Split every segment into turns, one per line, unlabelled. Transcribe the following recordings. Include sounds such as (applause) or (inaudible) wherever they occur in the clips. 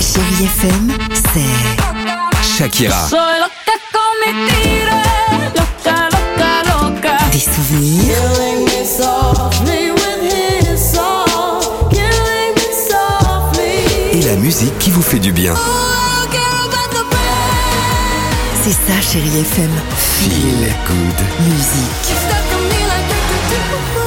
Chérie FM, c'est
Shakira,
Soy loca con mi tira, loca, loca, loca.
des souvenirs,
Me with his song, killing me softly.
et la musique qui vous fait du bien.
Don't care about the pain.
c'est ça Chérie FM,
Feel good.
musique.
You're stuck on me like do, do, do, do.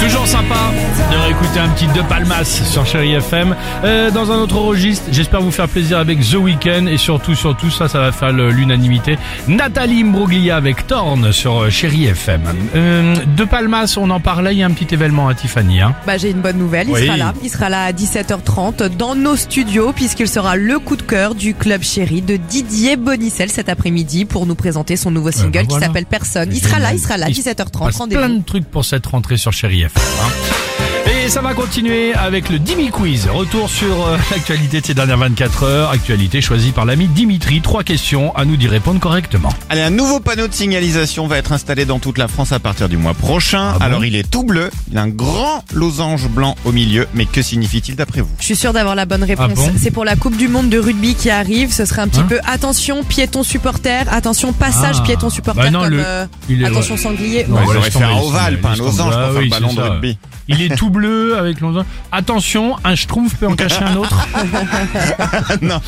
Toujours sympa de réécouter un petit De Palmas sur Chéri FM. Euh, dans un autre registre, j'espère vous faire plaisir avec The Weeknd et surtout, surtout, ça, ça va faire le- l'unanimité. Nathalie Imbruglia avec Torn sur euh, Chéri FM. Euh, de Palmas, on en parlait, il y a un petit événement à Tiffany. Hein.
Bah, j'ai une bonne nouvelle, il
Oui.
sera là. Il sera là à 17h30 dans nos studios puisqu'il sera le coup de cœur du club chéri de Didier Bonicel cet après-midi pour nous présenter son nouveau single
bah
qui
voilà.
s'appelle Personne. Il
Génial.
sera là, il sera là,
Il se passe
17h30,
plein
rendez-vous.
de trucs pour cette rentrée sur Chéri FM. hein. Et ça va continuer avec le Dimi Quiz. Retour sur euh, (laughs) l'actualité de ces dernières 24 heures. Actualité choisie par l'ami Dimitri. Trois questions à nous d'y répondre correctement.
Allez, un nouveau panneau de signalisation va être installé dans toute la France à partir du mois prochain.
Ah bon
Alors, il est tout bleu, il a un grand losange blanc au milieu, mais que signifie-t-il
(laughs)
d'après vous
Je suis sûre d'avoir la bonne réponse.
Ah bon
C'est pour la Coupe du Monde de rugby qui arrive. Ce sera un petit
Hein
peu attention piéton supporter, attention passage
Ah.
piéton supporter
Bah non,
comme
le-
euh,
Il est-
attention sanglier.
Non,
Non.
il
Vous
laisse
aurez fait
tomber,
un
il
ovale,
laisse
pas un
tomber.
losange
Ah
pour faire
oui,
le ballon
c'est
de
ça.
rugby.
Il est tout bleu avec l'onzin. Attention, un schtroumpf
(laughs)
peut en cacher un autre.
non.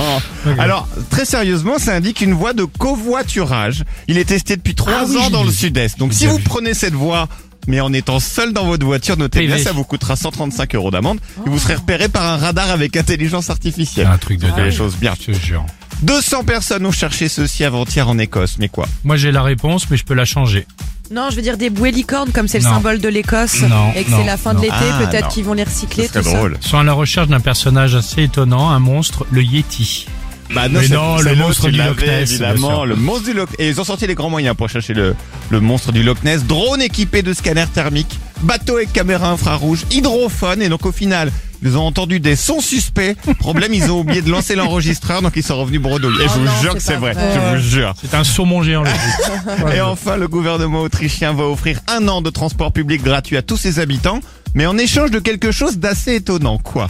Alors, très sérieusement, ça indique une voie de covoiturage. Il est testé depuis trois
Ah oui,
ans
j'ai
dans le
vu.
sud-est. Donc,
J'ai
si
bien
vous
vu.
prenez cette voie, mais en étant seul dans votre voiture, notez bien,
PV.
ça vous coûtera 135 euros d'amende et vous serez repéré par un radar avec intelligence artificielle.
un truc de
Faire Ah, les choses bien.
Je te jure.
200 personnes ont cherché ceci avant-hier en Écosse. Mais quoi
Moi j'ai la réponse, mais je peux la changer.
Non, je veux dire des bouées licornes comme c'est le
Non.
symbole de l'Écosse
Non,
et que
non,
c'est la fin
non.
de l'été.
Ah,
Peut-être
non.
qu'ils vont les
C'est
recycler.
très
tout ça.
drôle.
Sont à la recherche d'un personnage assez étonnant, un monstre, le Yeti.
Bah
Mais
ça-
non,
ça
le
vaut,
monstre
tu
du
l'avais,
Loch Ness, bien
Évidemment,
sûr.
le monstre du Loch Et ils ont sorti les grands moyens pour chercher le, le monstre du Loch Ness. Drone équipé de scanners thermiques, bateau avec caméra infrarouge, hydrophone. Et donc au final, ils ont entendu des sons suspects. Problème, ils ont oublié de lancer l'enregistreur, donc ils sont revenus bredouilles. Et je
Oh
vous
non,
jure
c'est
que c'est
pas
vrai.
vrai.
Je vous jure.
C'est un saumon géant. le Yeti.
Et enfin, le gouvernement autrichien va offrir un an de transport public gratuit à tous ses habitants. Mais en échange de quelque chose d'assez étonnant, quoi.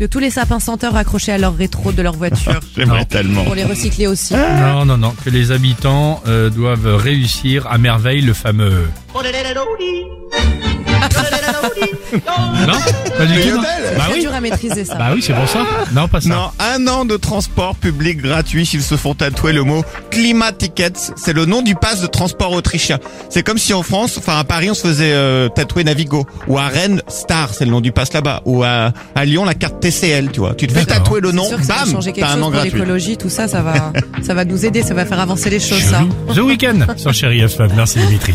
De tous les sapins senteurs accrochés à leur rétro de leur voiture.
J'aimerais
Non.
tellement.
pour les recycler aussi.
Non, non, non, que les habitants euh, doivent réussir à merveille le fameux. non Pas du
Le
tout. non
yodel
Bah
Très
oui,
dur à maîtriser ça.
bah oui, c'est pour ça. Non, pas ça.
Non, un an de transport public gratuit s'ils se font tatouer le mot Klimatickets. C'est le nom du pass de transport autrichien. C'est comme si en France, enfin à Paris, on se faisait euh, tatouer Navigo. Ou à Rennes, Star, c'est le nom du pass là-bas. Ou à, à Lyon, la carte TCL, tu vois. Tu te fais
D'accord.
tatouer le
C'est
nom,
sûr que ça va
bam,
changer quelque
t'as un
chose
an
pour
gratuit.
l'écologie, tout ça, ça va, ça va nous aider, ça va faire avancer les choses, ça.
The Weeknd sur Chéri FM. Merci Dimitri.